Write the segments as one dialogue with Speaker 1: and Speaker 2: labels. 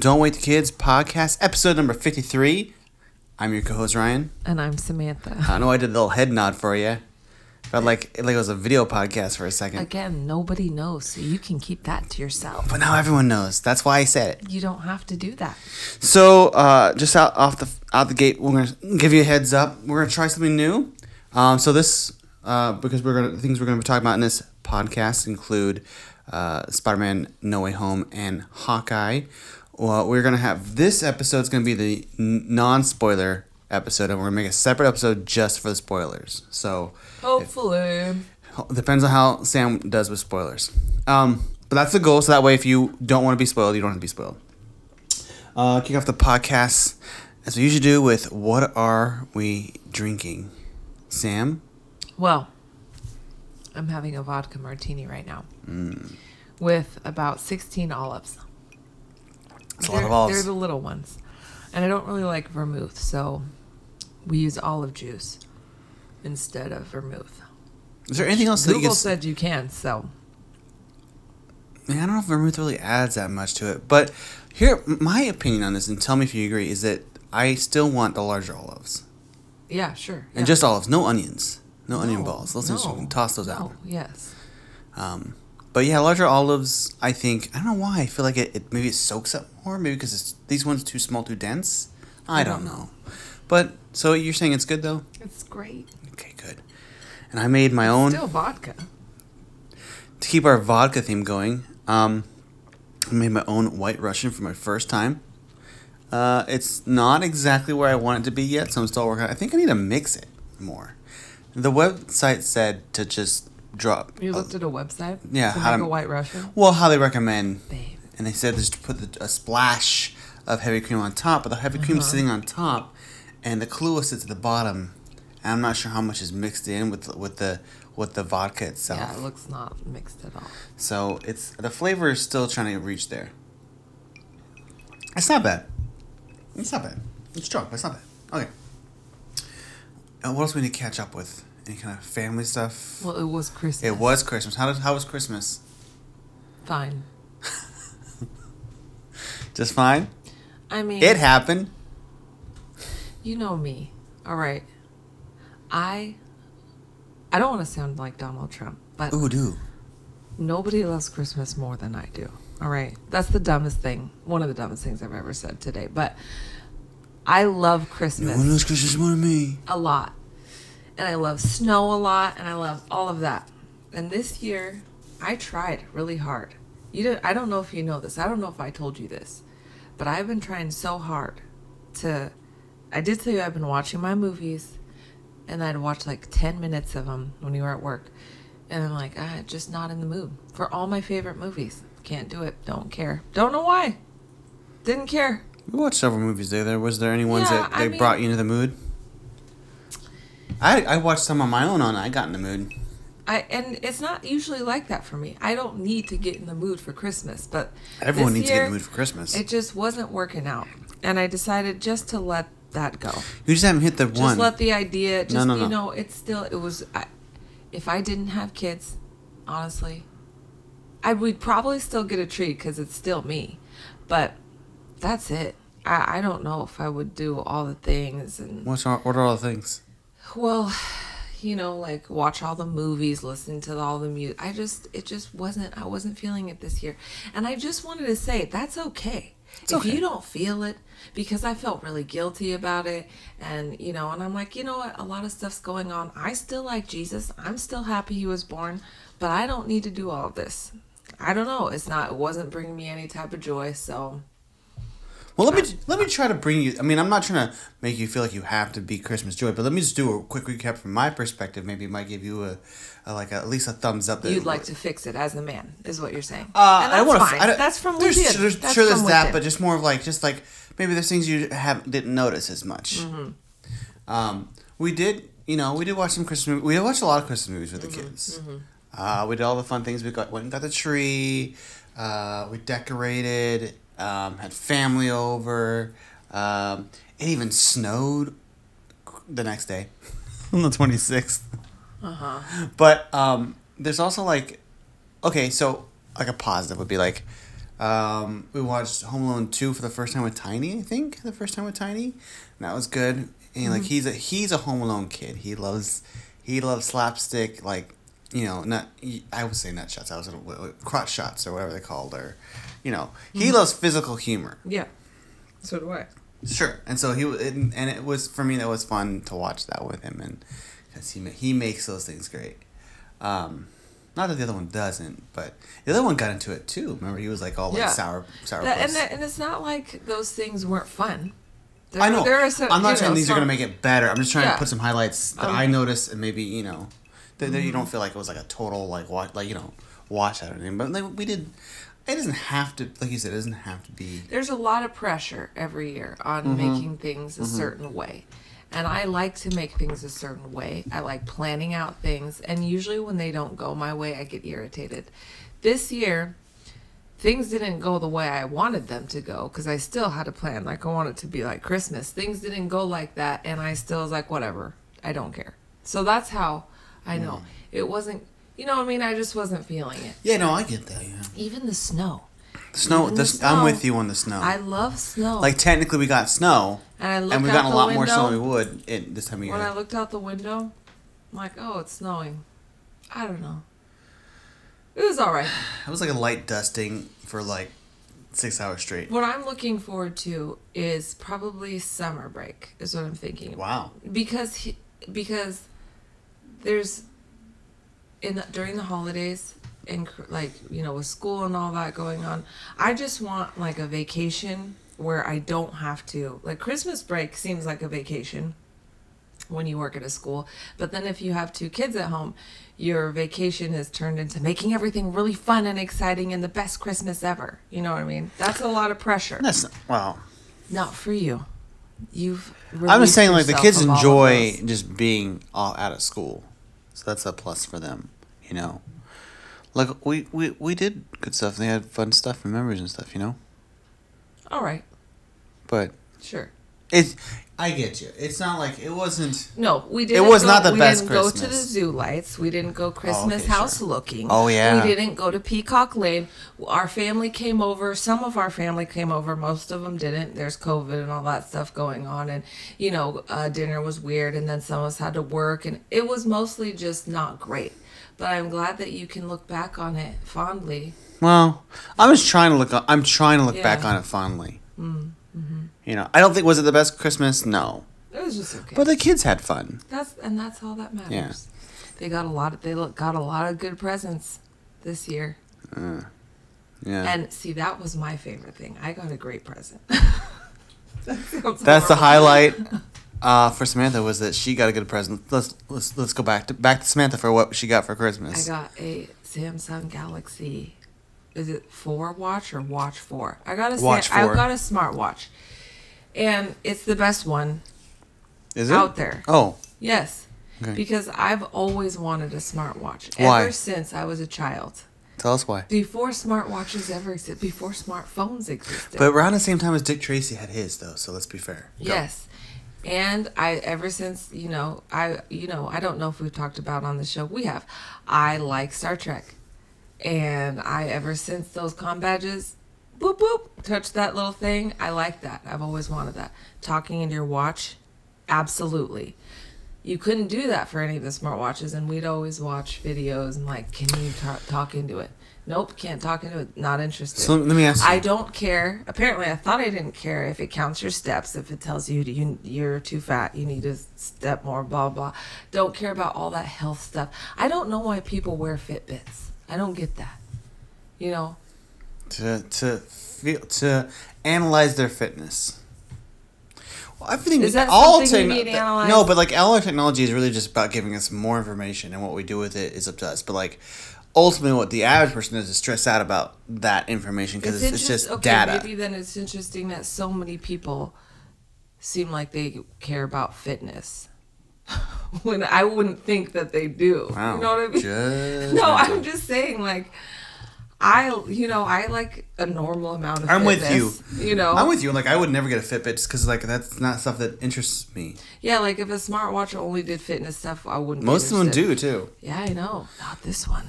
Speaker 1: Don't Wait the Kids podcast, episode number 53. I'm your co host, Ryan.
Speaker 2: And I'm Samantha.
Speaker 1: I know I did a little head nod for you. Felt like, like it was a video podcast for a second.
Speaker 2: Again, nobody knows, so you can keep that to yourself.
Speaker 1: but now everyone knows. That's why I said
Speaker 2: You don't have to do that.
Speaker 1: it. So, uh, just out off the out the gate, we're gonna give you a heads up. We're gonna try something new. Um, so this, uh, because we're gonna things we're gonna be talking about in this podcast include uh, Spider-Man: No Way Home and Hawkeye. Well, we're gonna have this episode's gonna be the n- non-spoiler episode, and we're gonna make a separate episode just for the spoilers. So,
Speaker 2: Hopefully.
Speaker 1: Depends on how Sam does with spoilers. Um, but that's the goal. So that way, if you don't want to be spoiled, you don't have to be spoiled. Uh, kick off the podcast as we usually do with what are we drinking? Sam,
Speaker 2: Well, I'm having a vodka martini right now
Speaker 1: Mm.
Speaker 2: with about 16 olives.
Speaker 1: it's a lot
Speaker 2: They're-
Speaker 1: of
Speaker 2: They're
Speaker 1: olives.
Speaker 2: the little ones. And I don't really like vermouth, so we use olive juice instead of vermouth.
Speaker 1: Is there anything else that you
Speaker 2: Google
Speaker 1: can?
Speaker 2: said you can, so
Speaker 1: Man, I don't know if vermouth really adds that much to it. But here, my opinion on this, and tell me if you agree, is that I still want the larger olives
Speaker 2: yeah, sure.
Speaker 1: and just olives, no onions, no, onion
Speaker 2: No,
Speaker 1: balls. Let's just
Speaker 2: no,
Speaker 1: toss those out.
Speaker 2: Oh, yes.
Speaker 1: Um, but yeah, larger olives. I think I don't know why. I feel like it. it maybe it soaks up more. Maybe because it's, these ones too small, too dense. I don't know. But so you're saying it's good though?
Speaker 2: It's great.
Speaker 1: Okay, good. And I made my own
Speaker 2: Still vodka.
Speaker 1: to keep our vodka theme going. Um, I made my own White Russian for my first time. Uh, it's not exactly where I want it to be yet, so I'm still working. on it. I think I need to mix it more. The website said to just drop.
Speaker 2: You looked at a website?
Speaker 1: Uh, yeah,
Speaker 2: To
Speaker 1: how
Speaker 2: make
Speaker 1: to-
Speaker 2: a white Russian?
Speaker 1: well, how they recommend
Speaker 2: Babe.
Speaker 1: and they said just to put the, a splash of heavy cream on top, but the heavy
Speaker 2: Uh-huh.
Speaker 1: cream's sitting on top, and the Kahlua sits at the bottom. And I'm not sure how much is mixed in with with the with the vodka itself.
Speaker 2: Yeah, it looks not mixed at all.
Speaker 1: so it's the flavor is still trying to reach there. It's not bad. It's not bad. It's strong, but it's not bad. Okay. Uh, what else we need to catch up with? Any kind of family stuff?
Speaker 2: Well, it was Christmas.
Speaker 1: it was Christmas. How did, how was Christmas?
Speaker 2: fine.
Speaker 1: Just fine.
Speaker 2: I mean,
Speaker 1: It happened.
Speaker 2: you know me. All right. I I don't want to sound like Donald Trump, but
Speaker 1: Ooh, do.
Speaker 2: nobody loves Christmas more than I do. All right. That's the dumbest thing. One of the dumbest things I've ever said today, but I love Christmas.
Speaker 1: One knows Christmas more than me.
Speaker 2: a lot. And I love snow a lot and I love all of that. And this year I tried really hard. You did I don't know if you know this. I don't know if I told you this. But I've been trying so hard to I did tell you I've been watching my movies and I'd watch like 10 minutes of them when you were at work. And I'm like, ah, just not in the mood for all my favorite movies. Can't do it. Don't care. Don't know why. Didn't care.
Speaker 1: We watched several movies there. There was there any ones
Speaker 2: Yeah,
Speaker 1: that
Speaker 2: I
Speaker 1: they
Speaker 2: mean-
Speaker 1: brought you into the mood? I I watched some on my own on. I got in the mood.
Speaker 2: I and it's not usually like that for me. I don't need to get in the mood for Christmas, but
Speaker 1: Everyone
Speaker 2: this
Speaker 1: needs to get in
Speaker 2: year,
Speaker 1: the mood for Christmas.
Speaker 2: It just wasn't working out, and I decided just to let that go.
Speaker 1: you just haven't hit the
Speaker 2: Just
Speaker 1: one.
Speaker 2: let the idea. Just
Speaker 1: no, no.
Speaker 2: you know, it's still it was. I, if I didn't have kids, honestly, I would probably still get a treat because it's still me, but that's it. I, I don't know if I would do all the things and
Speaker 1: What's all, what are all the things?
Speaker 2: well, you know, like watch all the movies, listen to all the music. I just, it just wasn't, I wasn't feeling it this year. And I just wanted to say that's okay. if
Speaker 1: okay.
Speaker 2: you don't feel it, because I felt really guilty about it. And, you know, and I'm like, you know what? A lot of stuff's going on. I still like Jesus. I'm still happy he was born, but I don't need to do all this. I don't know. It's not, it wasn't bringing me any type of joy. So,
Speaker 1: Well, let me let me try to bring you. I mean, I'm not trying to make you feel like you have to be Christmas joy, but let me just do a quick recap from my perspective. Maybe it might give you a, a like a, at least a thumbs up. That
Speaker 2: You'd like to fix it as a man, is what you're saying.
Speaker 1: Uh,
Speaker 2: And
Speaker 1: I
Speaker 2: that's
Speaker 1: want
Speaker 2: fine.
Speaker 1: to.
Speaker 2: That's from
Speaker 1: there's,
Speaker 2: within.
Speaker 1: There's,
Speaker 2: That's
Speaker 1: sure, there's
Speaker 2: from
Speaker 1: that,
Speaker 2: within.
Speaker 1: but just more of like just like maybe there's things you have didn't notice as much.
Speaker 2: Mm-hmm.
Speaker 1: Um, we did, you know, we did watch some Christmas. movies. We watched a lot of Christmas movies with the
Speaker 2: Mm-hmm,
Speaker 1: kids. Uh, we did all the fun things. We got went and got the tree. Uh, we decorated. Um, had family over. Um, it even snowed the next day on the 26th.
Speaker 2: Uh-huh.
Speaker 1: But um, there's also like, okay, so like a positive would be like, Um, we watched Home Alone two for the first time with Tiny. I think the first time with Tiny, and that was good. And like he's a he's a Home Alone kid. He loves he loves slapstick like you know not I would say nut shots. I was gonna- w- w- crotch shots or whatever they called or you know he loves physical humor.
Speaker 2: Yeah. So do I.
Speaker 1: Sure. And so he and, and it was for me that was fun to watch that with him and because he ma- he makes those things great. Um, not that the other one doesn't, but the other one got into it too. Remember, he was like all like
Speaker 2: Yeah.
Speaker 1: sour sour.
Speaker 2: That,
Speaker 1: puss.
Speaker 2: and, that, and it's not like those things weren't fun. There,
Speaker 1: I know.
Speaker 2: There are some,
Speaker 1: I'm
Speaker 2: you
Speaker 1: not saying
Speaker 2: know,
Speaker 1: these are
Speaker 2: some-
Speaker 1: gonna make it better. I'm just trying
Speaker 2: Yeah.
Speaker 1: to put some highlights that
Speaker 2: Um, mm.
Speaker 1: I noticed and maybe you know that, that you don't feel like it was like a total like watch like you know wash out or anything. But like we did, it doesn't have to like you said, it doesn't have to be.
Speaker 2: There's a lot of pressure every year on making things a certain way. And I like to make things a certain way. I like planning out things. And usually when they don't go my way, I get irritated. This year, things didn't go the way I wanted them to go because I still had a plan. Like I wanted to be like Christmas. Things didn't go like that, and I still was like, whatever. I don't care. So that's how I know it wasn't. You know, what I mean, I just wasn't feeling it.
Speaker 1: Yeah, no, I get that. Yeah,
Speaker 2: Even the snow.
Speaker 1: the snow.
Speaker 2: Even
Speaker 1: The,
Speaker 2: the
Speaker 1: s- I'm with
Speaker 2: snow.
Speaker 1: you on the snow.
Speaker 2: I love snow.
Speaker 1: like technically, we got snow,
Speaker 2: and Oh. I looked
Speaker 1: and we've
Speaker 2: out
Speaker 1: gotten
Speaker 2: the
Speaker 1: a lot
Speaker 2: window.
Speaker 1: more snow than we would in this time of year.
Speaker 2: When I looked out the window, I'm like, oh, it's snowing. I don't know. It was all right.
Speaker 1: it was like a light dusting for like six hours straight.
Speaker 2: What I'm looking forward to is probably summer break. Is what I'm thinking. about.
Speaker 1: Wow.
Speaker 2: because he, because there's in the, during the holidays and cr- like you know with school and all that going on i just want like a vacation where i don't have to like christmas break seems like a vacation when you work at a school but then if you have two kids at home your vacation is turned into making everything really fun and exciting and the best christmas ever you know what i mean that's a lot of pressure
Speaker 1: That's not, wow.
Speaker 2: not for you you've
Speaker 1: I'm just
Speaker 2: released
Speaker 1: saying, like the
Speaker 2: yourself
Speaker 1: kids
Speaker 2: of all of
Speaker 1: enjoy
Speaker 2: those.
Speaker 1: just being all out of school, so that's a plus for them, you know. Like we we we did good stuff. They had fun stuff and memories and stuff, you know.
Speaker 2: all right
Speaker 1: But
Speaker 2: Sure.
Speaker 1: it's I get you. It's not like it wasn't.
Speaker 2: No, we didn't.
Speaker 1: was
Speaker 2: go-
Speaker 1: not the
Speaker 2: we
Speaker 1: best
Speaker 2: didn't go to the
Speaker 1: Christmas. Oh,
Speaker 2: zoo lights. We didn't go Christmas
Speaker 1: sure.
Speaker 2: house looking.
Speaker 1: Oh, yeah.
Speaker 2: We didn't go to Peacock Lane. Our family came over. Some of our family came over. Most of them didn't. There's COVID and all that stuff going on, and you know, uh, dinner was weird. And then some of us had to work, and it was mostly just not great. But I'm glad that you can look back on it fondly.
Speaker 1: Well, I'm just trying to look. on- I'm trying to look back
Speaker 2: Yeah. Mm, mm-hmm.
Speaker 1: on it fondly. You know, I don't think was it the best Christmas. No,
Speaker 2: It was just okay.
Speaker 1: but the kids had fun.
Speaker 2: That's and that's all that matters. They got a lot. Of, they look- got a lot of good presents this year.
Speaker 1: Yeah,
Speaker 2: And see, that was my favorite thing. I got a great present. That's,
Speaker 1: that's the highlight. Uh, for Samantha was that she got a good present. Let's let's let's go back to back to Samantha for what she got for
Speaker 2: I
Speaker 1: Christmas.
Speaker 2: got a Samsung Galaxy. Is it four watch or watch four? I got a Sam-
Speaker 1: Watch
Speaker 2: I've
Speaker 1: 4.
Speaker 2: got a smartwatch, and it's the best one
Speaker 1: Is
Speaker 2: out there.
Speaker 1: Oh,
Speaker 2: Yes,
Speaker 1: Okay.
Speaker 2: because I've always wanted a smartwatch
Speaker 1: Why?
Speaker 2: ever since I was a child.
Speaker 1: Tell us why.
Speaker 2: Before smartwatches ever existed, before smartphones existed.
Speaker 1: But around the same time as Dick Tracy had his, though, so let's be fair. Go.
Speaker 2: Yes. And I ever since, you know, I you know, I don't know if we've talked about on the show. We have. I like Star Trek. And I ever since those com badges, boop boop, touch that little thing. I like that. I've always wanted that. Talking into your watch, absolutely. You couldn't do that for any of the smartwatches, and we'd always watch videos and like, can you ta- talk into it? Nope, can't talk into it. Not interested.
Speaker 1: So let me ask you.
Speaker 2: I don't care. Apparently, I thought I didn't care if it counts your steps, if it tells you you you're too fat, you need to step more, blah blah. Don't care about all that health stuff. I don't know why people wear Fitbits. I don't get that. You know,
Speaker 1: to to feel to analyze their fitness. Well, I think
Speaker 2: Is that
Speaker 1: all
Speaker 2: something you
Speaker 1: techno-
Speaker 2: need to analyze?
Speaker 1: No, but like all our technology is really just about giving us more information, and what we do with it is up to us. But like ultimately, what the average person does is stress out about that information because it's, it's
Speaker 2: interest-
Speaker 1: just data.
Speaker 2: Maybe then it's interesting that so many people seem like they care about fitness when I wouldn't think that they do.
Speaker 1: Wow.
Speaker 2: You know what I mean?
Speaker 1: Judgmental.
Speaker 2: no, I'm just saying like I you know, I like a normal amount of
Speaker 1: I'm with
Speaker 2: fitness, You know.
Speaker 1: I'm with you. Like I would never get a Fitbit just because like that's not stuff that interests me.
Speaker 2: yeah, like if a smartwatch only did fitness stuff, I wouldn't be
Speaker 1: Most of them
Speaker 2: interested.
Speaker 1: do too.
Speaker 2: Yeah, I know. Not this one.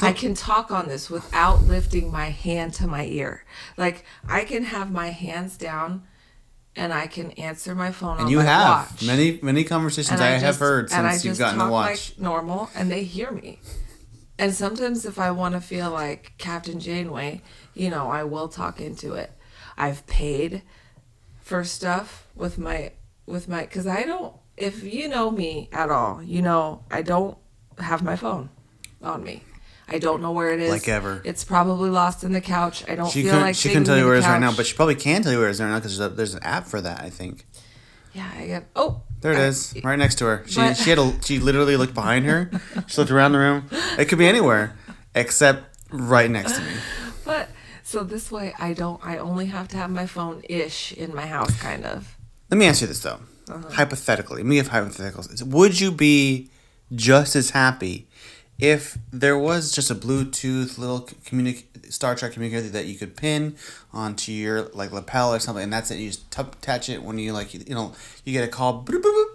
Speaker 2: I can talk on this without lifting my hand to my ear. Like I can have my hands down and I can answer my phone
Speaker 1: And
Speaker 2: on
Speaker 1: you
Speaker 2: my
Speaker 1: have
Speaker 2: watch.
Speaker 1: many many conversations
Speaker 2: And
Speaker 1: I, have
Speaker 2: just-
Speaker 1: heard
Speaker 2: and I
Speaker 1: since you've
Speaker 2: just
Speaker 1: gotten the
Speaker 2: talk
Speaker 1: watch.
Speaker 2: like normal and they hear me. And sometimes if I want to feel like Captain Janeway, you know, I will talk into it. I've paid for stuff with my with my cuz I don't if you know me at all, you know, I don't have my phone on me. I don't know where it is.
Speaker 1: Like ever.
Speaker 2: It's probably lost in the couch. I don't
Speaker 1: she
Speaker 2: feel
Speaker 1: couldn't
Speaker 2: like
Speaker 1: she couldn't tell
Speaker 2: digging
Speaker 1: you where
Speaker 2: in
Speaker 1: it
Speaker 2: the
Speaker 1: is right now,
Speaker 2: couch.
Speaker 1: but she probably can tell you where it is right now because there's, a- there's an app for that. I think
Speaker 2: yeah, I get Oh,
Speaker 1: there it
Speaker 2: I-
Speaker 1: is, right next to her. She
Speaker 2: But-
Speaker 1: she had a, she literally looked behind her. She looked around the room. It could be anywhere except right next to me.
Speaker 2: But so this way, I don't. I only have to have my phone ish in my house, kind of.
Speaker 1: Let me ask you this though,
Speaker 2: Uh-huh.
Speaker 1: hypothetically. Let me give hypotheticals. Would you be just as happy if there was just a Bluetooth little communic- Star Trek communicator that you could pin onto your like lapel or something, and that's it. You just tup- attach it when you like, you, you know, you get a call. Boop, boop, boop,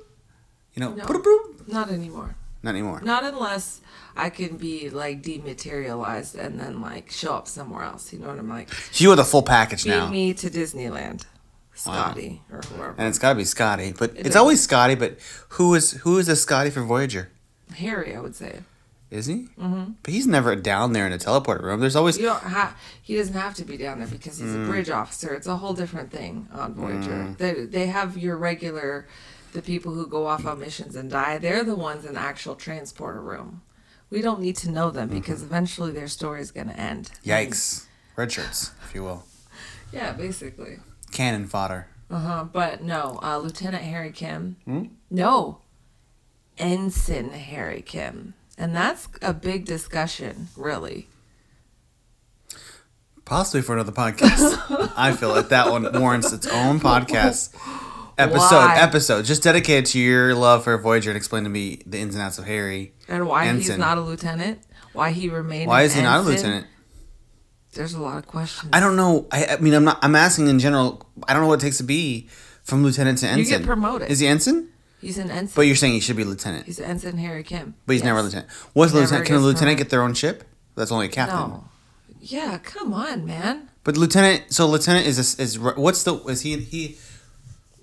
Speaker 1: you know,
Speaker 2: No.
Speaker 1: boop, boop.
Speaker 2: Not anymore.
Speaker 1: not anymore.
Speaker 2: Not unless I can be like dematerialized and then like show up somewhere else. You know what I'm like?
Speaker 1: You are the full package
Speaker 2: Feed
Speaker 1: now,
Speaker 2: me to Disneyland, Scotty or whoever.
Speaker 1: and it's gotta be Scotty. But it's
Speaker 2: is.
Speaker 1: always Scotty. But who is who is the Scotty for Voyager?
Speaker 2: Harry, I would say.
Speaker 1: Is he? Mm-hmm. But he's never down there in a teleport room. There's always
Speaker 2: You don't have. He doesn't have to be down there because he's
Speaker 1: Mm.
Speaker 2: a bridge officer. It's a whole different thing on Voyager. They they have your regular, the people who go off on missions and die. They're the ones in the actual transporter room. We don't need to know them because
Speaker 1: Mm-hmm.
Speaker 2: eventually their story is going to end.
Speaker 1: Yikes. Red shirts, if you will.
Speaker 2: Yeah, basically.
Speaker 1: Cannon fodder.
Speaker 2: Uh huh. But no, uh, Lieutenant Harry Kim.
Speaker 1: Hmm?
Speaker 2: No, Ensign Harry Kim, and that's a big discussion, really.
Speaker 1: Possibly for another podcast. I feel like that one warrants its own podcast episode.
Speaker 2: Why?
Speaker 1: Episode just dedicated to your love for Voyager and explain to me the ins and outs of Harry.
Speaker 2: And why he's
Speaker 1: Ensign.
Speaker 2: not a lieutenant. Why he remained.
Speaker 1: Why
Speaker 2: an
Speaker 1: is he not a
Speaker 2: ensign.
Speaker 1: lieutenant?
Speaker 2: There's a lot of questions.
Speaker 1: I don't know. I, I mean, I'm not. I'm asking in general. I don't know what it takes to be from lieutenant to ensign.
Speaker 2: get promoted.
Speaker 1: Is he ensign?
Speaker 2: He's an ensign.
Speaker 1: But you're saying he should be lieutenant.
Speaker 2: he's ensign Harry Kim.
Speaker 1: But he's never a
Speaker 2: Yes.
Speaker 1: lieutenant. What's
Speaker 2: He never
Speaker 1: lieutenant? Can a
Speaker 2: gets
Speaker 1: lieutenant
Speaker 2: promoted.
Speaker 1: get their own ship? That's only a captain.
Speaker 2: No. Yeah, come on, man.
Speaker 1: But lieutenant. So lieutenant is a, is what's the is he he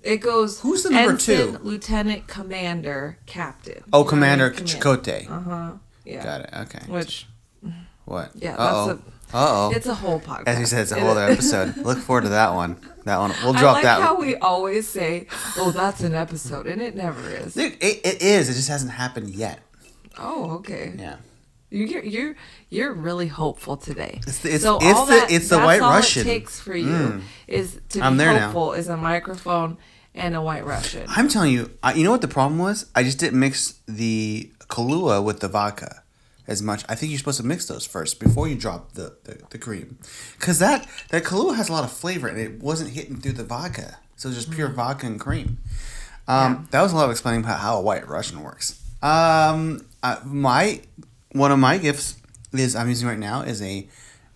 Speaker 2: It goes.
Speaker 1: Who's the number
Speaker 2: ensign,
Speaker 1: two?
Speaker 2: Lieutenant, commander, captain.
Speaker 1: Oh,
Speaker 2: You know,
Speaker 1: Commander
Speaker 2: like
Speaker 1: Chakotay.
Speaker 2: Uh huh. Yeah.
Speaker 1: Got it. Okay.
Speaker 2: Which
Speaker 1: What?
Speaker 2: Yeah,
Speaker 1: Uh
Speaker 2: that's
Speaker 1: oh. Uh oh.
Speaker 2: it's a whole podcast.
Speaker 1: As you said, it's a
Speaker 2: It
Speaker 1: whole
Speaker 2: is.
Speaker 1: other episode. Look forward to that one. That one. We'll drop
Speaker 2: I like
Speaker 1: that.
Speaker 2: how
Speaker 1: one.
Speaker 2: we always say, "Oh, that's an episode," and it never is.
Speaker 1: Dude, it, it is. It just hasn't happened yet.
Speaker 2: Oh, okay.
Speaker 1: Yeah.
Speaker 2: You- You're you're you're really hopeful today.
Speaker 1: It's the- it's-
Speaker 2: so
Speaker 1: it's
Speaker 2: all
Speaker 1: the-
Speaker 2: that,
Speaker 1: it's the
Speaker 2: that's
Speaker 1: White
Speaker 2: all
Speaker 1: Russian. Mm.
Speaker 2: It takes for you is to be
Speaker 1: I'm there now.
Speaker 2: hopeful is a microphone and a White Russian.
Speaker 1: I'm telling you. I, you know what the problem was? I just didn't mix the Kahlua with the vodka as much. I think you're supposed to mix those first before you drop the the, the cream, because that that Kahlua has a lot of flavor and it wasn't hitting through the vodka. So it was just pure vodka and cream. Um, That was a lot of explaining about how a white Russian works. Um, uh, my one of my gifts is I'm using right now is a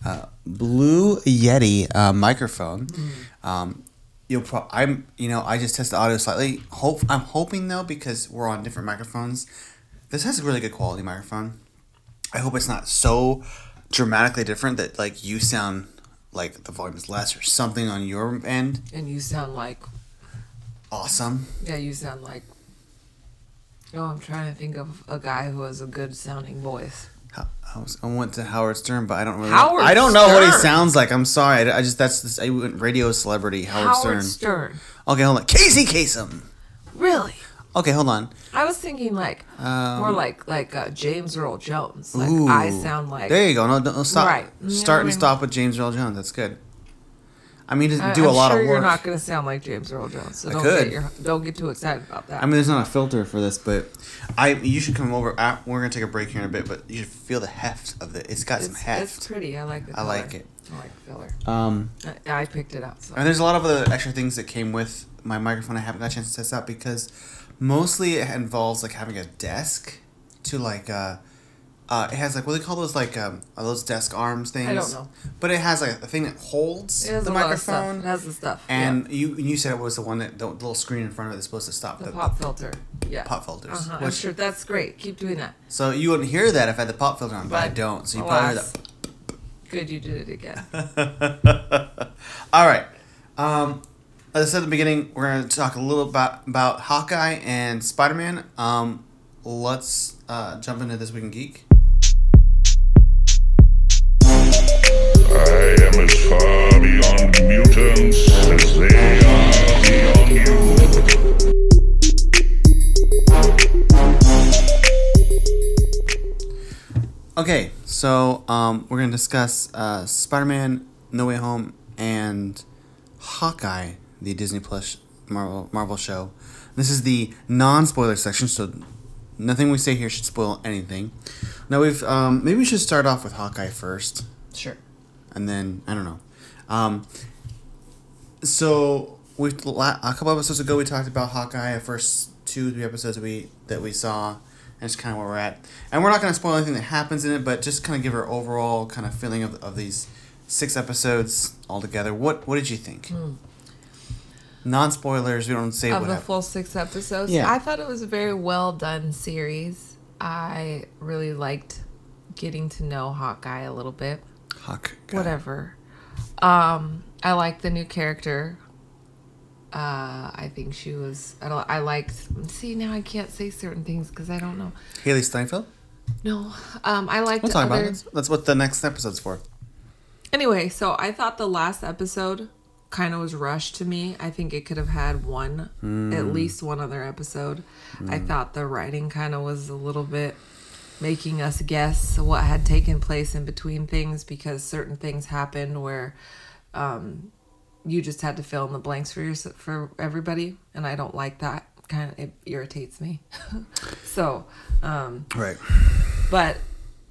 Speaker 1: uh, Blue Yeti uh, microphone. Um, you'll pro- I'm you know I just test the audio slightly. Hope I'm hoping though because we're on different microphones. This has a really good quality microphone. I hope it's not so dramatically different that like you sound like the volume is less or something on your end.
Speaker 2: and you sound like
Speaker 1: Awesome.
Speaker 2: yeah, you sound like. Oh, I'm trying to think of a guy who has a good sounding voice.
Speaker 1: How- I, was, I went to Howard Stern, but I don't really.
Speaker 2: Howard
Speaker 1: I don't know what he
Speaker 2: Stern.
Speaker 1: sounds like. I'm sorry. I, I just that's this, I went radio celebrity Howard, Stern.
Speaker 2: Howard Stern.
Speaker 1: Okay, hold on. Casey Kasem.
Speaker 2: Really?
Speaker 1: Okay, hold on. Um,
Speaker 2: I was thinking like more like like uh, James Earl Jones. Like
Speaker 1: Ooh.
Speaker 2: I sound like
Speaker 1: There you go. No, don't stop.
Speaker 2: Right.
Speaker 1: Start
Speaker 2: Yeah,
Speaker 1: and
Speaker 2: I-
Speaker 1: stop with James Earl Jones. That's good. I mean, he doesn't
Speaker 2: I-
Speaker 1: do
Speaker 2: I'm
Speaker 1: a lot
Speaker 2: sure
Speaker 1: of
Speaker 2: You're
Speaker 1: work.
Speaker 2: not going to sound like James Earl Jones, so
Speaker 1: I
Speaker 2: don't
Speaker 1: could.
Speaker 2: get your, don't get too excited about that.
Speaker 1: I mean, there's not a filter for this, but I you should come over. I, we're gonna take a break here in a bit, but you should feel the heft of it. It's got some
Speaker 2: it's, it's
Speaker 1: heft.
Speaker 2: pretty. I like the.
Speaker 1: I
Speaker 2: color.
Speaker 1: like it.
Speaker 2: I like the color.
Speaker 1: Um,
Speaker 2: I, I picked it up. So.
Speaker 1: And there's a lot of other extra things that came with my microphone I haven't got a chance to test out because mostly it involves like having a desk to like uh uh, it has like what do they call those like um are those desk arms things?
Speaker 2: I don't know.
Speaker 1: But it has like a thing that holds
Speaker 2: It has
Speaker 1: the
Speaker 2: a lot of stuff. It
Speaker 1: microphone.
Speaker 2: has the stuff. yeah.
Speaker 1: And you you said it was the one that the little screen in front of it is supposed to stop
Speaker 2: the pop filter. Yeah.
Speaker 1: pop filters.
Speaker 2: Uh-huh. I'm
Speaker 1: Which,
Speaker 2: sure that's great. Keep doing that.
Speaker 1: So you wouldn't hear that if I had the pop filter on, but, I
Speaker 2: But,
Speaker 1: don't. So you
Speaker 2: alas, Good, you did it again.
Speaker 1: probably heard that. All right. Um, as I said at the beginning, we're going to talk a little about, about Hawkeye and Spider Man. Um, let's uh, jump into This Week in Geek.
Speaker 3: I am as far beyond mutants as they are beyond you.
Speaker 1: Okay, so um, we're going to discuss uh, Spider Man, No Way Home, and Hawkeye, the Disney Plus Marvel, Marvel show. This is the non spoiler section, so nothing we say here should spoil anything. Now, we've um, maybe we should start off with Hawkeye first,
Speaker 2: Sure.
Speaker 1: and then I don't know. Um, so we la- a couple episodes ago we talked about Hawkeye. The first two three episodes we that we saw, and it's kind of where we're at. And we're not going to spoil anything that happens in it, but just kind of give our overall kind of feeling of, of these six episodes all together. What what did you think? Non spoilers. We don't say
Speaker 2: Hmm. of
Speaker 1: what
Speaker 2: the
Speaker 1: happened.
Speaker 2: full six episodes.
Speaker 1: Yeah.
Speaker 2: I thought it was a very well done series. I really liked getting to know Hawkeye a little bit.
Speaker 1: Hawkeye.
Speaker 2: Whatever. Um, I liked the new character. Uh, I think she was. I, don't- I liked. See, now I can't say certain things because I don't know.
Speaker 1: Haley Steinfeld.
Speaker 2: No, um, I liked
Speaker 1: We'll talk about
Speaker 2: other-
Speaker 1: it. That's- That's what the next episode's for.
Speaker 2: Anyway, so I thought the last episode kind of was rushed to me. I think it could have had one, at least one other episode. I thought the writing kind of was a little bit making us guess what had taken place in between things because certain things happened where um, you just had to fill in the blanks for your, for everybody, and I don't like that. Kind of it irritates me. so, um,
Speaker 1: Right.
Speaker 2: but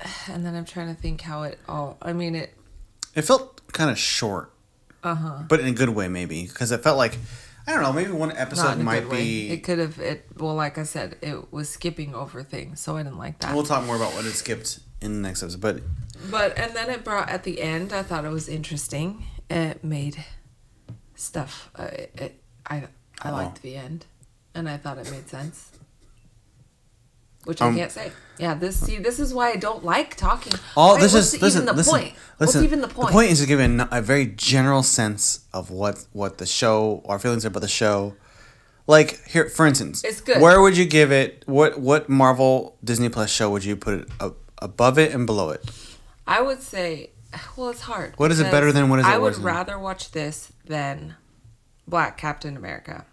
Speaker 2: and then I'm trying to think how it all. I mean it.
Speaker 1: It felt kind of short. But in a good way, maybe, because it felt like I don't know. Maybe one episode
Speaker 2: Uh-huh. in a
Speaker 1: might
Speaker 2: good way.
Speaker 1: be.
Speaker 2: It could have it. Well, like I said, it was skipping over things, so I didn't like that.
Speaker 1: We'll talk more about what it skipped in the next episode, but
Speaker 2: but and then it brought at the end. I thought it was interesting. It made stuff. Uh, it, it- I I liked the end, and I thought it made sense. Which
Speaker 1: Um,
Speaker 2: I can't say. Yeah, this see, this is why I don't like talking.
Speaker 1: all
Speaker 2: Why-
Speaker 1: Oh, this
Speaker 2: what's
Speaker 1: is
Speaker 2: even
Speaker 1: listen,
Speaker 2: the
Speaker 1: listen,
Speaker 2: point?
Speaker 1: listen.
Speaker 2: What's even the point?
Speaker 1: The point is to give an, a very general sense of what what the show, our feelings about the show. Like here, for instance,
Speaker 2: It's good.
Speaker 1: Where would you give it? What what Marvel Disney Plus show would you put it up, above it and below it?
Speaker 2: I would say, well, it's hard.
Speaker 1: What is it
Speaker 2: because
Speaker 1: better than? What is it
Speaker 2: I would
Speaker 1: worse than?
Speaker 2: rather watch this than Black Captain America.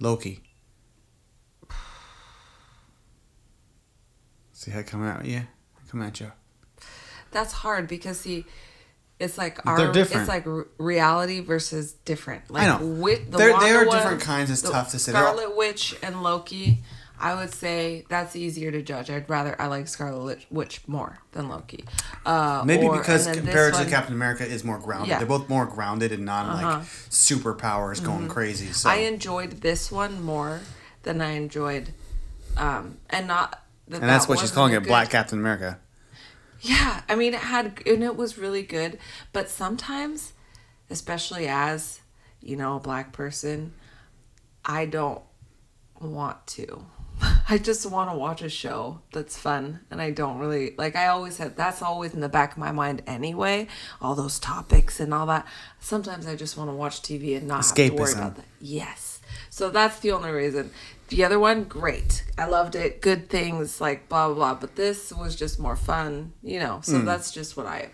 Speaker 1: Loki. See how it come out? Yeah, come at you.
Speaker 2: That's hard because see, it's like our
Speaker 1: different.
Speaker 2: it's like r- reality versus different. Like
Speaker 1: I know.
Speaker 2: Wit, the
Speaker 1: They're- they
Speaker 2: Wanda
Speaker 1: are
Speaker 2: one,
Speaker 1: different kinds. It's
Speaker 2: the
Speaker 1: tough to say. They're all-
Speaker 2: Scarlet Witch and Loki. I would say that's easier to judge. I'd rather I like Scarlet Witch- Witch more than Loki. Uh,
Speaker 1: Maybe
Speaker 2: or-
Speaker 1: because
Speaker 2: and then this
Speaker 1: compared to
Speaker 2: one-
Speaker 1: Captain America is more grounded.
Speaker 2: Yeah. Uh-huh.
Speaker 1: They're both more grounded and non like superpowers going crazy. So
Speaker 2: Mm-hmm. I enjoyed this one more than I enjoyed, um, and not. That
Speaker 1: and that's
Speaker 2: that
Speaker 1: what she's
Speaker 2: wasn't
Speaker 1: calling
Speaker 2: a
Speaker 1: it,
Speaker 2: good-
Speaker 1: Black Captain America.
Speaker 2: Yeah, I mean, it had and it was really good, but sometimes, especially as you know, a black person, I don't want to. I just want to watch a show that's fun, and I don't really like. I always had that's always in the back of my mind anyway. All those topics and all that. Sometimes I just want to watch TV and not have to worry
Speaker 1: Escapism.
Speaker 2: about that. Yes, so that's the only reason. The other one, great. I loved it. Good things, like blah blah. blah. But this was just more fun, you know. So that's just what I,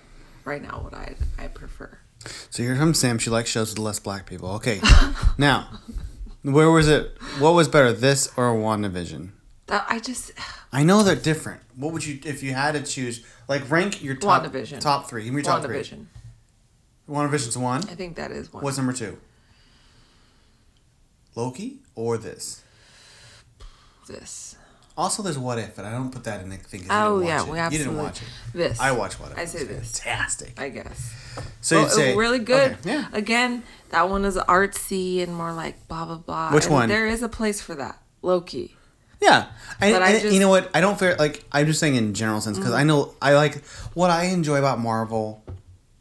Speaker 2: right now, what I I prefer.
Speaker 1: So here comes Sam. She likes shows with less black people. Okay, now where was it? What was better, this or WandaVision?
Speaker 2: That I just
Speaker 1: I know they're different. What would you if you had to choose? Like rank your top
Speaker 2: WandaVision.
Speaker 1: top three. Give me your top three.
Speaker 2: WandaVision.
Speaker 1: WandaVision's one.
Speaker 2: I think that is one.
Speaker 1: What's number two? Loki or this?
Speaker 2: this?
Speaker 1: Also, there's What If, and I don't put that in. I think 'cause you
Speaker 2: Oh
Speaker 1: didn't
Speaker 2: yeah,
Speaker 1: watch it.
Speaker 2: we absolutely.
Speaker 1: You didn't watch it.
Speaker 2: This.
Speaker 1: I watch What If.
Speaker 2: I say
Speaker 1: It's
Speaker 2: this.
Speaker 1: Fantastic.
Speaker 2: I guess.
Speaker 1: So
Speaker 2: well,
Speaker 1: you'd say
Speaker 2: it was really good.
Speaker 1: Okay, yeah.
Speaker 2: Again, that one is artsy and more like blah blah blah.
Speaker 1: Which
Speaker 2: And
Speaker 1: one?
Speaker 2: There is a place for that. Loki.
Speaker 1: Yeah, and,
Speaker 2: But I
Speaker 1: and
Speaker 2: just-
Speaker 1: you know what? I don't feel like I'm just saying in general sense because I know I like what I enjoy about Marvel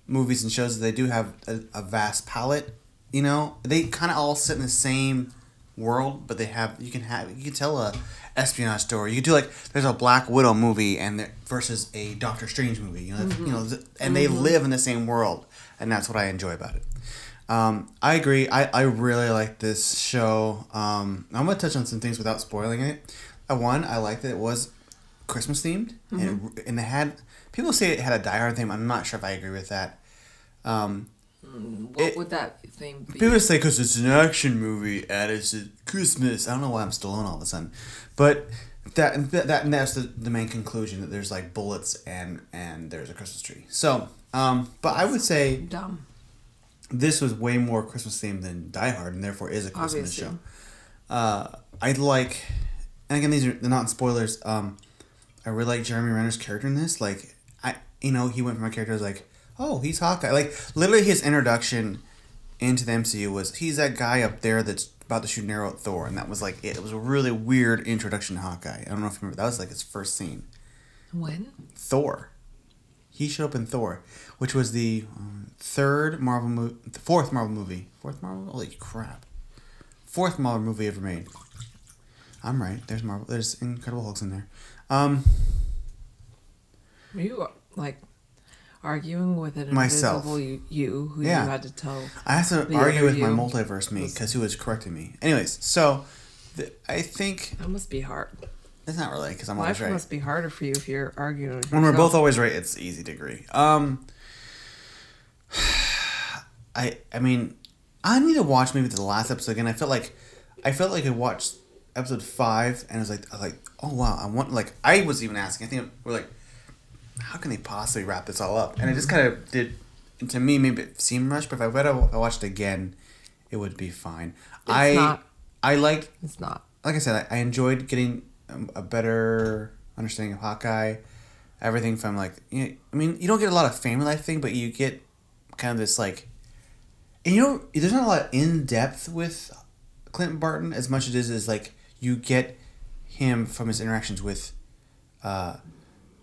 Speaker 1: movies and shows is they do have a, a vast palette. You know, they kind of all sit in the same world, but they have you can have you can tell a espionage story. You could do like there's a Black Widow movie and there- versus a Doctor Strange movie. You know, you know,
Speaker 2: Mm-hmm.
Speaker 1: th- and they live in the same world, and that's what I enjoy about it. Um, I agree. I, I really like this show. Um, I'm gonna touch on some things without spoiling it. Uh, one, I liked that it was Christmas themed, and it, and it had people say it had a Die Hard theme. I'm not sure if I agree with that. Um,
Speaker 2: What
Speaker 1: It-
Speaker 2: would that thing be?
Speaker 1: People say because it's an action movie and it's at Christmas. I don't know why I'm Stallone all of a sudden, but that that, that and that's the, the main conclusion that there's like bullets and and there's a Christmas tree. So, um, but I would say
Speaker 2: Dumb.
Speaker 1: this was way more Christmas themed than Die Hard, and therefore is a Christmas
Speaker 2: Obviously.
Speaker 1: show. Uh, I like, and again, these are they're not spoilers. Um, I really like Jeremy Renner's character in this. Like, I you know he went from a character as like, oh, he's Hawkeye. Like literally his introduction into the MCU was he's that guy up there that's about to shoot an arrow at Thor, and that was like it. It was a really weird introduction to Hawkeye. I don't know if you remember that was like his first scene.
Speaker 2: When?
Speaker 1: Thor. He showed up in Thor, which was the um, third Marvel movie, the fourth Marvel movie, fourth Marvel. Holy crap! Fourth Marvel movie ever made. I'm right. There's Marvel. There's Incredible Hulk's in there. Um,
Speaker 2: Were you like arguing with an
Speaker 1: Myself.
Speaker 2: invisible you, you who
Speaker 1: Yeah.
Speaker 2: you had to tell?
Speaker 1: I have to
Speaker 2: The
Speaker 1: argue
Speaker 2: other
Speaker 1: with my
Speaker 2: you
Speaker 1: multiverse me because he was correcting me. Anyways, so th- I think
Speaker 2: That must be hard.
Speaker 1: that's not really because I'm
Speaker 2: Life
Speaker 1: always right.
Speaker 2: must be harder for you if you're arguing. with
Speaker 1: when we're
Speaker 2: yourself.
Speaker 1: both always right, it's easy to agree. Um, I I mean, I need to watch maybe the last episode again. I felt like I felt like I watched episode five, and I was like, I was like, oh wow, I want like I was even asking. I think we're like, how can they possibly wrap this all up? And it just kind of did. and To me, maybe it seemed rushed, but if I read, I watched again, it would be fine. I
Speaker 2: not.
Speaker 1: I liked
Speaker 2: It's not.
Speaker 1: like I said, I, I enjoyed getting um, a better understanding of Hawkeye. Everything from like, you know, I mean, you don't get a lot of family life thing, but you get kind of this like, and you know, there's not a lot in depth with Clinton Barton as much as it is is like you get him from his interactions with, uh,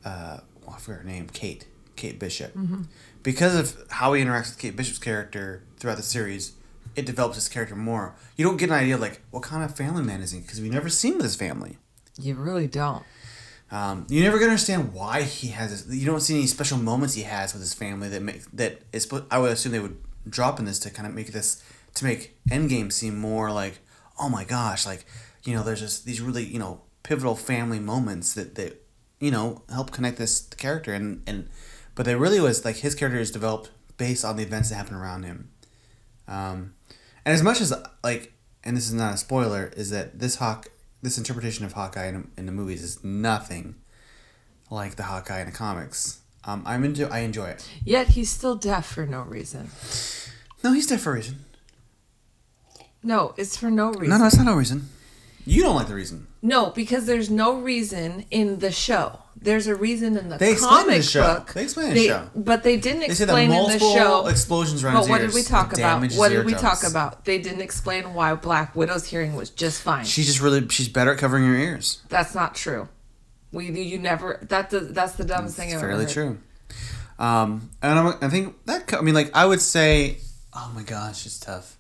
Speaker 1: uh, well, I forget her name, Kate, Kate Bishop, because of how he interacts with Kate Bishop's character throughout the series. It develops his character more. You don't get an idea of, like what kind of family man is he because we've never seen this family.
Speaker 2: You really don't.
Speaker 1: Um, you never gonna understand why he has this. You don't see any special moments he has with his family that make that is. sp- I would assume they would drop in this to kind of make this to make Endgame seem more like oh my gosh, like you know, there's just these really you know pivotal family moments that that you know help connect this character and and but they really was like his character is developed based on the events that happen around him. Um, and as much as like, and this is not a spoiler, is that this hawk, this interpretation of Hawkeye in, in the movies is nothing like the Hawkeye in the comics. Um, I'm into, I enjoy it.
Speaker 2: Yet he's still deaf for no reason.
Speaker 1: No, he's deaf for a reason.
Speaker 2: No, it's for no reason.
Speaker 1: No, no, it's not a reason. You don't like the reason.
Speaker 2: No, because there's no reason in the show. There's a reason in the
Speaker 1: They explain in
Speaker 2: comic
Speaker 1: the show.
Speaker 2: book.
Speaker 1: They explain in the
Speaker 2: They-
Speaker 1: show.
Speaker 2: but they didn't
Speaker 1: They said that
Speaker 2: explain in the
Speaker 1: multiple
Speaker 2: show.
Speaker 1: explosions around
Speaker 2: But
Speaker 1: his
Speaker 2: what
Speaker 1: ears
Speaker 2: did we talk about?
Speaker 1: damaged his
Speaker 2: What did we
Speaker 1: eardrums.
Speaker 2: talk about? They didn't explain why Black Widow's hearing was just fine.
Speaker 1: She's just really, she's better at covering her ears.
Speaker 2: that's not true. We you never that does, that's the dumbest thing I've
Speaker 1: Fairly
Speaker 2: ever heard.
Speaker 1: true. Um, and I'm, I think that, co- I mean, like, I would say, oh my gosh, it's tough.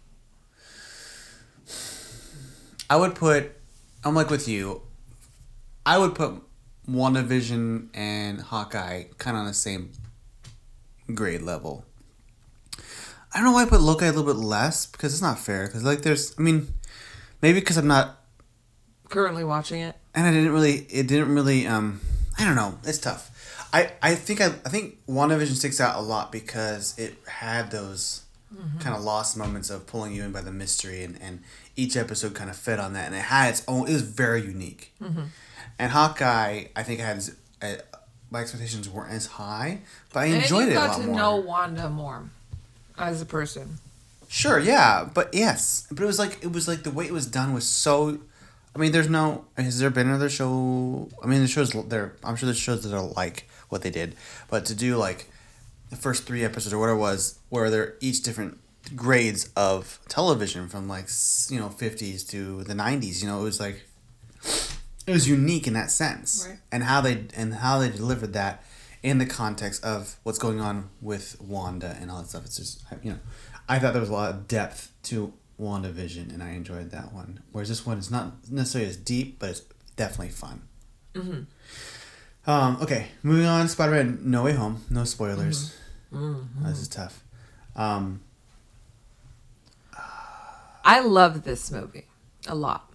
Speaker 1: I would put, I'm like with you, I would put WandaVision and Hawkeye kind of on the same grade level. I don't know why I put Loki a little bit less because it's not fair. Because, like, there's, I mean, maybe because I'm not
Speaker 2: Currently watching it.
Speaker 1: and I didn't really it didn't really um I don't know it's tough I I think I, I think WandaVision sticks out a lot because it had those
Speaker 2: Mm-hmm.
Speaker 1: kind of lost moments of pulling you in by the mystery and and each episode kind of fed on that and it had its own it was very unique
Speaker 2: Mm-hmm.
Speaker 1: and Hawkeye I think had uh, my expectations weren't as high but I enjoyed
Speaker 2: and
Speaker 1: it
Speaker 2: you
Speaker 1: a
Speaker 2: got
Speaker 1: lot
Speaker 2: to
Speaker 1: more
Speaker 2: know Wanda more as a person.
Speaker 1: Sure, yeah, but yes, but it was like it was like the way it was done was so. I mean, there's no. Has there been another show? I mean, the shows there. I'm sure there's shows that are like what they did, but to do like the first three episodes or whatever it was, where they're each different grades of television from like s- you know 50s to the 90s. You know, it was like it was unique in that sense,
Speaker 2: Right.
Speaker 1: and how they and how they delivered that in the context of what's going on with Wanda and all that stuff. It's just I- you know, I thought there was a lot of depth to WandaVision, and I enjoyed that one. Whereas this one is not necessarily as deep, but it's definitely fun. Um, okay, moving on. Spider Man No Way Home. No spoilers. This is tough. Um,
Speaker 2: I love this movie a lot.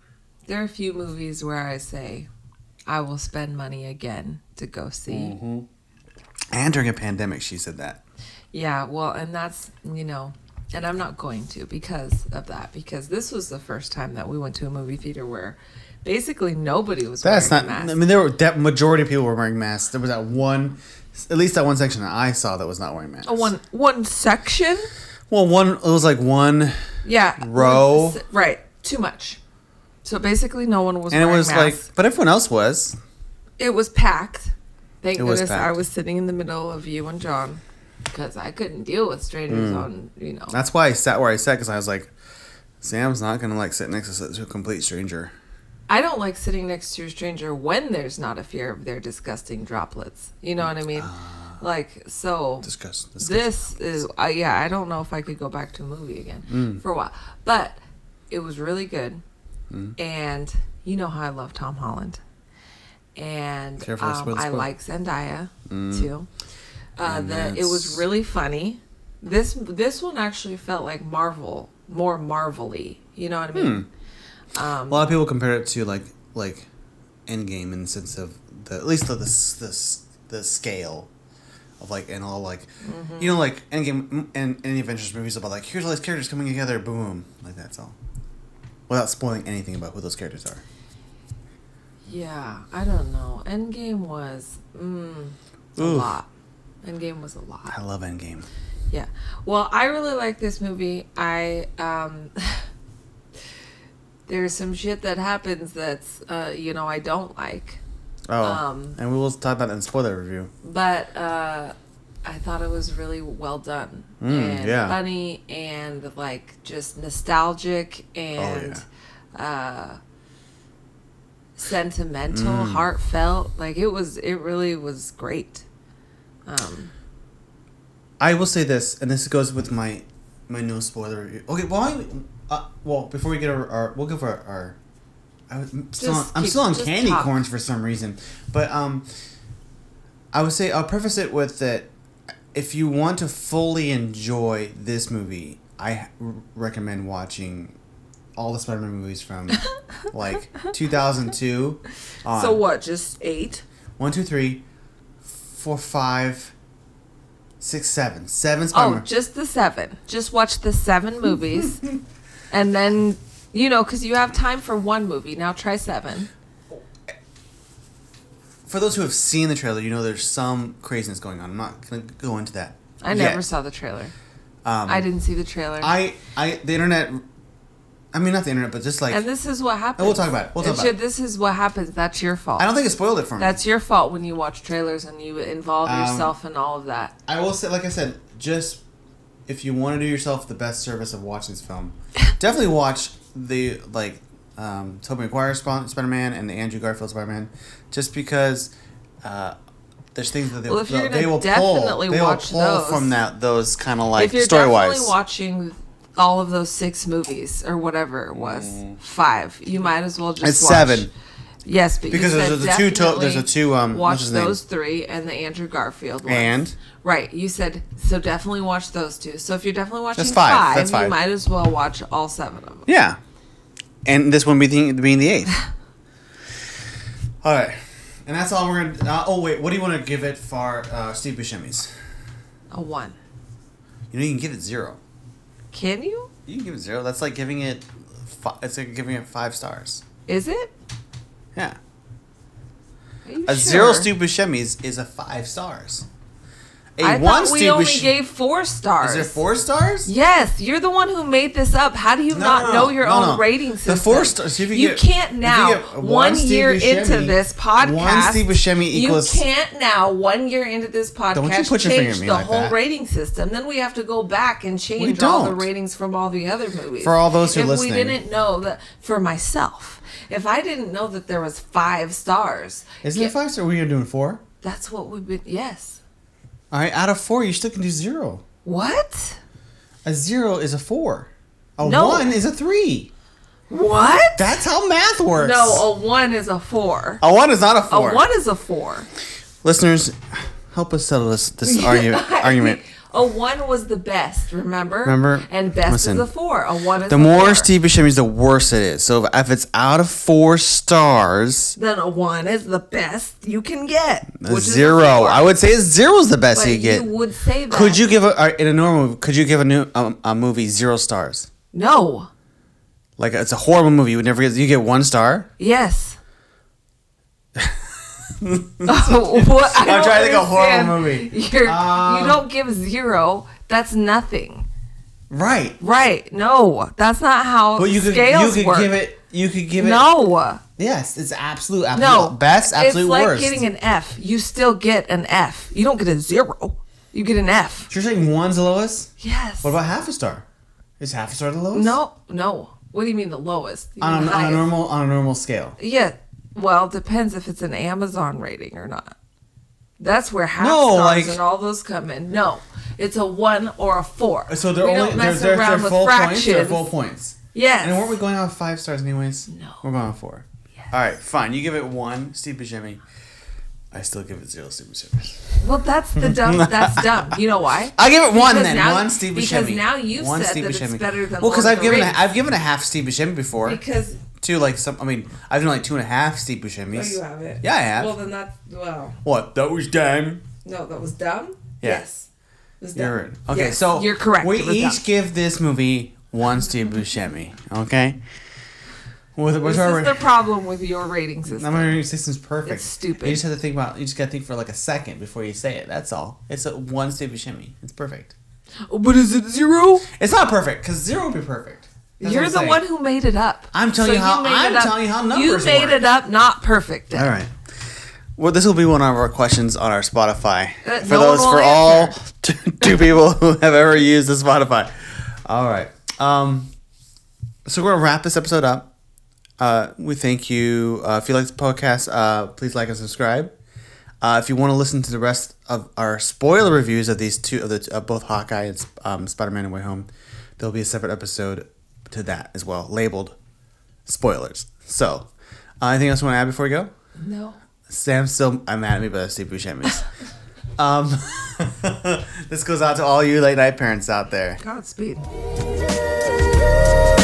Speaker 2: There are a few movies where I say, I will spend money again to go see.
Speaker 1: Mm-hmm. and during a pandemic, she said that.
Speaker 2: Yeah, well, and that's, you know, and I'm not going to because of that, because this was the first time that we went to a movie theater where basically nobody was
Speaker 1: That's
Speaker 2: wearing
Speaker 1: not.
Speaker 2: a mask.
Speaker 1: I mean, there were that majority of people were wearing masks. There was that one, at least that one section that I saw that was not wearing masks.
Speaker 2: A one one section?
Speaker 1: Well, one it was like one,
Speaker 2: Yeah.
Speaker 1: Row.
Speaker 2: one se- Right. Too much. So basically no one was
Speaker 1: and it
Speaker 2: wearing
Speaker 1: was
Speaker 2: masks.
Speaker 1: like, but everyone else was.
Speaker 2: it was packed. Thank
Speaker 1: It was
Speaker 2: goodness I
Speaker 1: packed.
Speaker 2: was sitting in the middle of you and John because I couldn't deal with strangers
Speaker 1: Mm.
Speaker 2: on, you know.
Speaker 1: That's why I sat where I sat because I was like, Sam's not gonna like sit next to s- to a complete stranger.
Speaker 2: I don't like sitting next to a stranger when there's not a fear of their disgusting droplets. You know what I mean?
Speaker 1: Ah.
Speaker 2: like, so
Speaker 1: Discuss. discuss.
Speaker 2: this is, I yeah, I don't know if I could go back to a movie again
Speaker 1: Mm.
Speaker 2: for a while. But it was really good.
Speaker 1: Mm.
Speaker 2: And you know how I love Tom Holland. And
Speaker 1: Careful, that's where
Speaker 2: um,
Speaker 1: the
Speaker 2: I
Speaker 1: spoil-
Speaker 2: like Zendaya too. Uh,
Speaker 1: And
Speaker 2: the, it
Speaker 1: that's-
Speaker 2: was really funny. This this one actually felt like Marvel, more Marvel-y. You know what I mean?
Speaker 1: Hmm. A lot of people compare it to like like Endgame in the sense of the at least the the s- the, s- the scale of like and all like you know like Endgame m- and any Avengers movies about like here's all these characters coming together boom boom like that's all without spoiling anything about who those characters are.
Speaker 2: Yeah, I don't know. Endgame was mm, a
Speaker 1: Oof.
Speaker 2: lot. Endgame was a
Speaker 1: I
Speaker 2: lot.
Speaker 1: love Endgame.
Speaker 2: Yeah. Well, I really like this movie. I um there's some shit that happens that's uh you know I don't like,
Speaker 1: Oh,
Speaker 2: Um,
Speaker 1: and we will talk about that in spoiler review.
Speaker 2: but uh I thought it was really well done
Speaker 1: Mm,
Speaker 2: and
Speaker 1: yeah.
Speaker 2: funny and like just nostalgic and uh sentimental, heartfelt. Like it was it really was great. Um
Speaker 1: I will say this, and this goes with my my no spoiler review. Okay, well, I, uh, well, before we get our, our we'll give our our. I was, am still on,
Speaker 2: Just
Speaker 1: I'm
Speaker 2: keep-
Speaker 1: still on
Speaker 2: just
Speaker 1: candy
Speaker 2: talk.
Speaker 1: corns for some reason, but um, I would say I'll preface it with that. If you want to fully enjoy this movie, I r- recommend watching all the Spider-Man movies from like 2002. On.
Speaker 2: so what, just eight?
Speaker 1: One, two, three, four, five, six, seven. Seven Spider-Man.
Speaker 2: Oh, just the seven. Just watch the seven movies, and then you know, because you have time for one movie. Now try seven.
Speaker 1: for those who have seen the trailer, you know there's some craziness going on. I'm not gonna go into that.
Speaker 2: I
Speaker 1: yet.
Speaker 2: never saw the trailer.
Speaker 1: Um,
Speaker 2: I didn't see the trailer.
Speaker 1: I, I, the internet. I mean, not the internet, but just like
Speaker 2: and this is what happens.
Speaker 1: we'll talk about it. We'll talk about
Speaker 2: should-
Speaker 1: it.
Speaker 2: This is what happens. That's your fault.
Speaker 1: I don't think it spoiled it for me.
Speaker 2: That's your fault when you watch trailers and you involve
Speaker 1: Um,
Speaker 2: yourself in all of that.
Speaker 1: I will say, like I said, just if you want to do yourself the best service of watching this film, definitely watch the like um, Tobey Maguire Sp- Spider Man and the Andrew Garfield Spider Man, just because uh, there's things that they,
Speaker 2: Well, if you're
Speaker 1: they
Speaker 2: gonna
Speaker 1: will
Speaker 2: definitely
Speaker 1: pull. They will
Speaker 2: watch
Speaker 1: pull
Speaker 2: those-
Speaker 1: from that those kind of like
Speaker 2: if you're
Speaker 1: story
Speaker 2: definitely
Speaker 1: wise.
Speaker 2: watching all of those six movies or whatever it was, five, you might as well just.
Speaker 1: Mm. It's
Speaker 2: watch.
Speaker 1: seven.
Speaker 2: Yes, but you
Speaker 1: Because there's-
Speaker 2: said
Speaker 1: there's a two to- there's a
Speaker 2: definitely
Speaker 1: two, um, what's
Speaker 2: watch
Speaker 1: his name?
Speaker 2: those three and the Andrew Garfield one.
Speaker 1: And?
Speaker 2: right, you said so. Definitely watch those two. So if you're definitely watching
Speaker 1: That's five.
Speaker 2: five,
Speaker 1: That's five.
Speaker 2: you might as well watch all seven of them.
Speaker 1: Yeah. And this one being the, being the eighth. all right. And that's all we're going to. Uh, oh, wait. What do you want to give it for uh, Steve Buscemi's?
Speaker 2: A one.
Speaker 1: You know, you can give it zero.
Speaker 2: Can you?
Speaker 1: You can give it zero. That's like giving it. Fi- it's like giving it five stars.
Speaker 2: Is it?
Speaker 1: Yeah.
Speaker 2: Are you
Speaker 1: A zero
Speaker 2: sure?
Speaker 1: Steve Buscemi's is a five stars. A
Speaker 2: I
Speaker 1: one
Speaker 2: thought we
Speaker 1: Steve
Speaker 2: only
Speaker 1: Buscemi.
Speaker 2: gave four stars.
Speaker 1: is there four stars?
Speaker 2: Yes, you're the one who made this up. How do you
Speaker 1: No,
Speaker 2: not
Speaker 1: no, no,
Speaker 2: know your
Speaker 1: no,
Speaker 2: own
Speaker 1: no.
Speaker 2: rating system?
Speaker 1: The four stars. if you,
Speaker 2: you
Speaker 1: get- if
Speaker 2: can't
Speaker 1: you
Speaker 2: now.
Speaker 1: get
Speaker 2: one
Speaker 1: Steve
Speaker 2: year
Speaker 1: Buscemi-
Speaker 2: into this podcast,
Speaker 1: One Steve Buscemi equals.
Speaker 2: You can't now. One year into this podcast,
Speaker 1: Don't you put your finger
Speaker 2: change
Speaker 1: at me
Speaker 2: the
Speaker 1: like
Speaker 2: whole
Speaker 1: that.
Speaker 2: rating system. Then we have to go back and change all the
Speaker 1: don't.
Speaker 2: ratings from all the other movies.
Speaker 1: For all those who
Speaker 2: if
Speaker 1: listening.
Speaker 2: we didn't know that for myself, if I didn't know that there was five stars,
Speaker 1: Isn't
Speaker 2: yeah,
Speaker 1: it five stars? We're doing four?
Speaker 2: That's what we've been. Yes.
Speaker 1: All right. Out of four, you still can do zero.
Speaker 2: What?
Speaker 1: A zero is a four. A
Speaker 2: No.
Speaker 1: one is a three.
Speaker 2: What?
Speaker 1: That's how math works.
Speaker 2: no, a one is a four.
Speaker 1: a one is not a four.
Speaker 2: A one is a four.
Speaker 1: Listeners, help us settle this this argument. argument.
Speaker 2: A one was the best, remember?
Speaker 1: Remember?
Speaker 2: And best
Speaker 1: Listen.
Speaker 2: is a four. A one is
Speaker 1: The
Speaker 2: a
Speaker 1: more
Speaker 2: four.
Speaker 1: Steve Buscemi's, the worse it is. So if it's out of four stars,
Speaker 2: then a one is the best you can get.
Speaker 1: a
Speaker 2: Which
Speaker 1: zero. I would say a zero is the best
Speaker 2: but
Speaker 1: you get.
Speaker 2: You would say that.
Speaker 1: could you give a uh, in a normal movie? Could you give a new um, a movie zero stars?
Speaker 2: No.
Speaker 1: Like it's a horrible movie. You would never get. You get one star.
Speaker 2: Yes. what? I
Speaker 1: I'm trying
Speaker 2: don't
Speaker 1: to think of a horrible
Speaker 2: understand.
Speaker 1: movie.
Speaker 2: You're,
Speaker 1: Um,
Speaker 2: you don't give zero. That's nothing.
Speaker 1: Right.
Speaker 2: Right. No. That's not how
Speaker 1: But you could you
Speaker 2: scales
Speaker 1: could
Speaker 2: work.
Speaker 1: give it. You could give it.
Speaker 2: no.
Speaker 1: Yes, it's absolute. absolute
Speaker 2: No.
Speaker 1: Best. Absolute
Speaker 2: It's like
Speaker 1: worst.
Speaker 2: getting an F. You still get an F. You don't get a zero. You get an F.
Speaker 1: You're saying one's the lowest.
Speaker 2: Yes.
Speaker 1: What about half a star? Is half a star the lowest?
Speaker 2: No. No. What do you mean the lowest? You
Speaker 1: On
Speaker 2: mean
Speaker 1: a,
Speaker 2: the
Speaker 1: on a
Speaker 2: highest.
Speaker 1: normal on a normal scale.
Speaker 2: Yeah. Well, it depends if it's an Amazon rating or not. That's where half
Speaker 1: No,
Speaker 2: stars
Speaker 1: like-
Speaker 2: and all those come in. No, it's a one or a four.
Speaker 1: So they're
Speaker 2: we
Speaker 1: only
Speaker 2: don't
Speaker 1: they're,
Speaker 2: mess
Speaker 1: they're,
Speaker 2: around
Speaker 1: they're
Speaker 2: with
Speaker 1: full points. They're
Speaker 2: fractions.
Speaker 1: full points.
Speaker 2: Yes.
Speaker 1: And weren't we going off five stars anyways?
Speaker 2: No.
Speaker 1: We're going off four. All right, fine. You give it one, Steve Buscemi. I still give it zero, Steve Buscemi.
Speaker 2: well, that's the dumb. That's dumb. You know why?
Speaker 1: I give it one
Speaker 2: Because
Speaker 1: then.
Speaker 2: now-
Speaker 1: one Steve Buscemi.
Speaker 2: because now you've
Speaker 1: one
Speaker 2: said that it's better than
Speaker 1: Well, because I've
Speaker 2: Lord of the
Speaker 1: given a,
Speaker 2: Rings.
Speaker 1: I've given a half Steve Buscemi before.
Speaker 2: Because
Speaker 1: two like some. I mean, I've done like two and a half Steve Buscemi's.
Speaker 2: oh, you have it.
Speaker 1: Yeah, I have.
Speaker 2: Well, then that's well.
Speaker 1: What? That was damn.
Speaker 2: No, that was dumb.
Speaker 1: Yeah.
Speaker 2: Yes. It was dumb.
Speaker 1: You're right. Okay,
Speaker 2: Yes,
Speaker 1: so
Speaker 2: you're correct.
Speaker 1: We
Speaker 2: It was
Speaker 1: each
Speaker 2: dumb.
Speaker 1: give this movie one Steve Buscemi. Okay. With,
Speaker 2: This
Speaker 1: what's our
Speaker 2: is the problem with your rating system.
Speaker 1: number rating system's perfect.
Speaker 2: It's stupid.
Speaker 1: You just have to think about. You just got to think for like a second before you say it. That's all. It's a one Steve Buscemi. It's perfect.
Speaker 2: Oh, But is it zero?
Speaker 1: It's not perfect because zero would be perfect. That's what
Speaker 2: You're
Speaker 1: I'm
Speaker 2: the
Speaker 1: saying.
Speaker 2: one who made it up.
Speaker 1: I'm telling you how-
Speaker 2: made
Speaker 1: I'm
Speaker 2: it up.
Speaker 1: telling you how numbers
Speaker 2: You made
Speaker 1: work.
Speaker 2: it up, not perfect.
Speaker 1: All right. Well, this will be one of our questions on our Spotify
Speaker 2: Uh,
Speaker 1: for
Speaker 2: no one
Speaker 1: those
Speaker 2: will
Speaker 1: for all
Speaker 2: answer.
Speaker 1: two, two people who have ever used the Spotify. All right. Um, so we're gonna wrap this episode up. Uh, we thank you. Uh, if you like this podcast, uh, please like and subscribe. Uh, if you want to listen to the rest of our spoiler reviews of these two of the of both Hawkeye and um, Spider Man: Way Home, there'll be a separate episode to that as well, labeled spoilers. So, uh, anything else you want to add before we go?
Speaker 2: No.
Speaker 1: Sam's still I'm mad at me, but that's Steve Buscemi's. um, this goes out to all you late night parents out there.
Speaker 2: Godspeed.
Speaker 4: Thank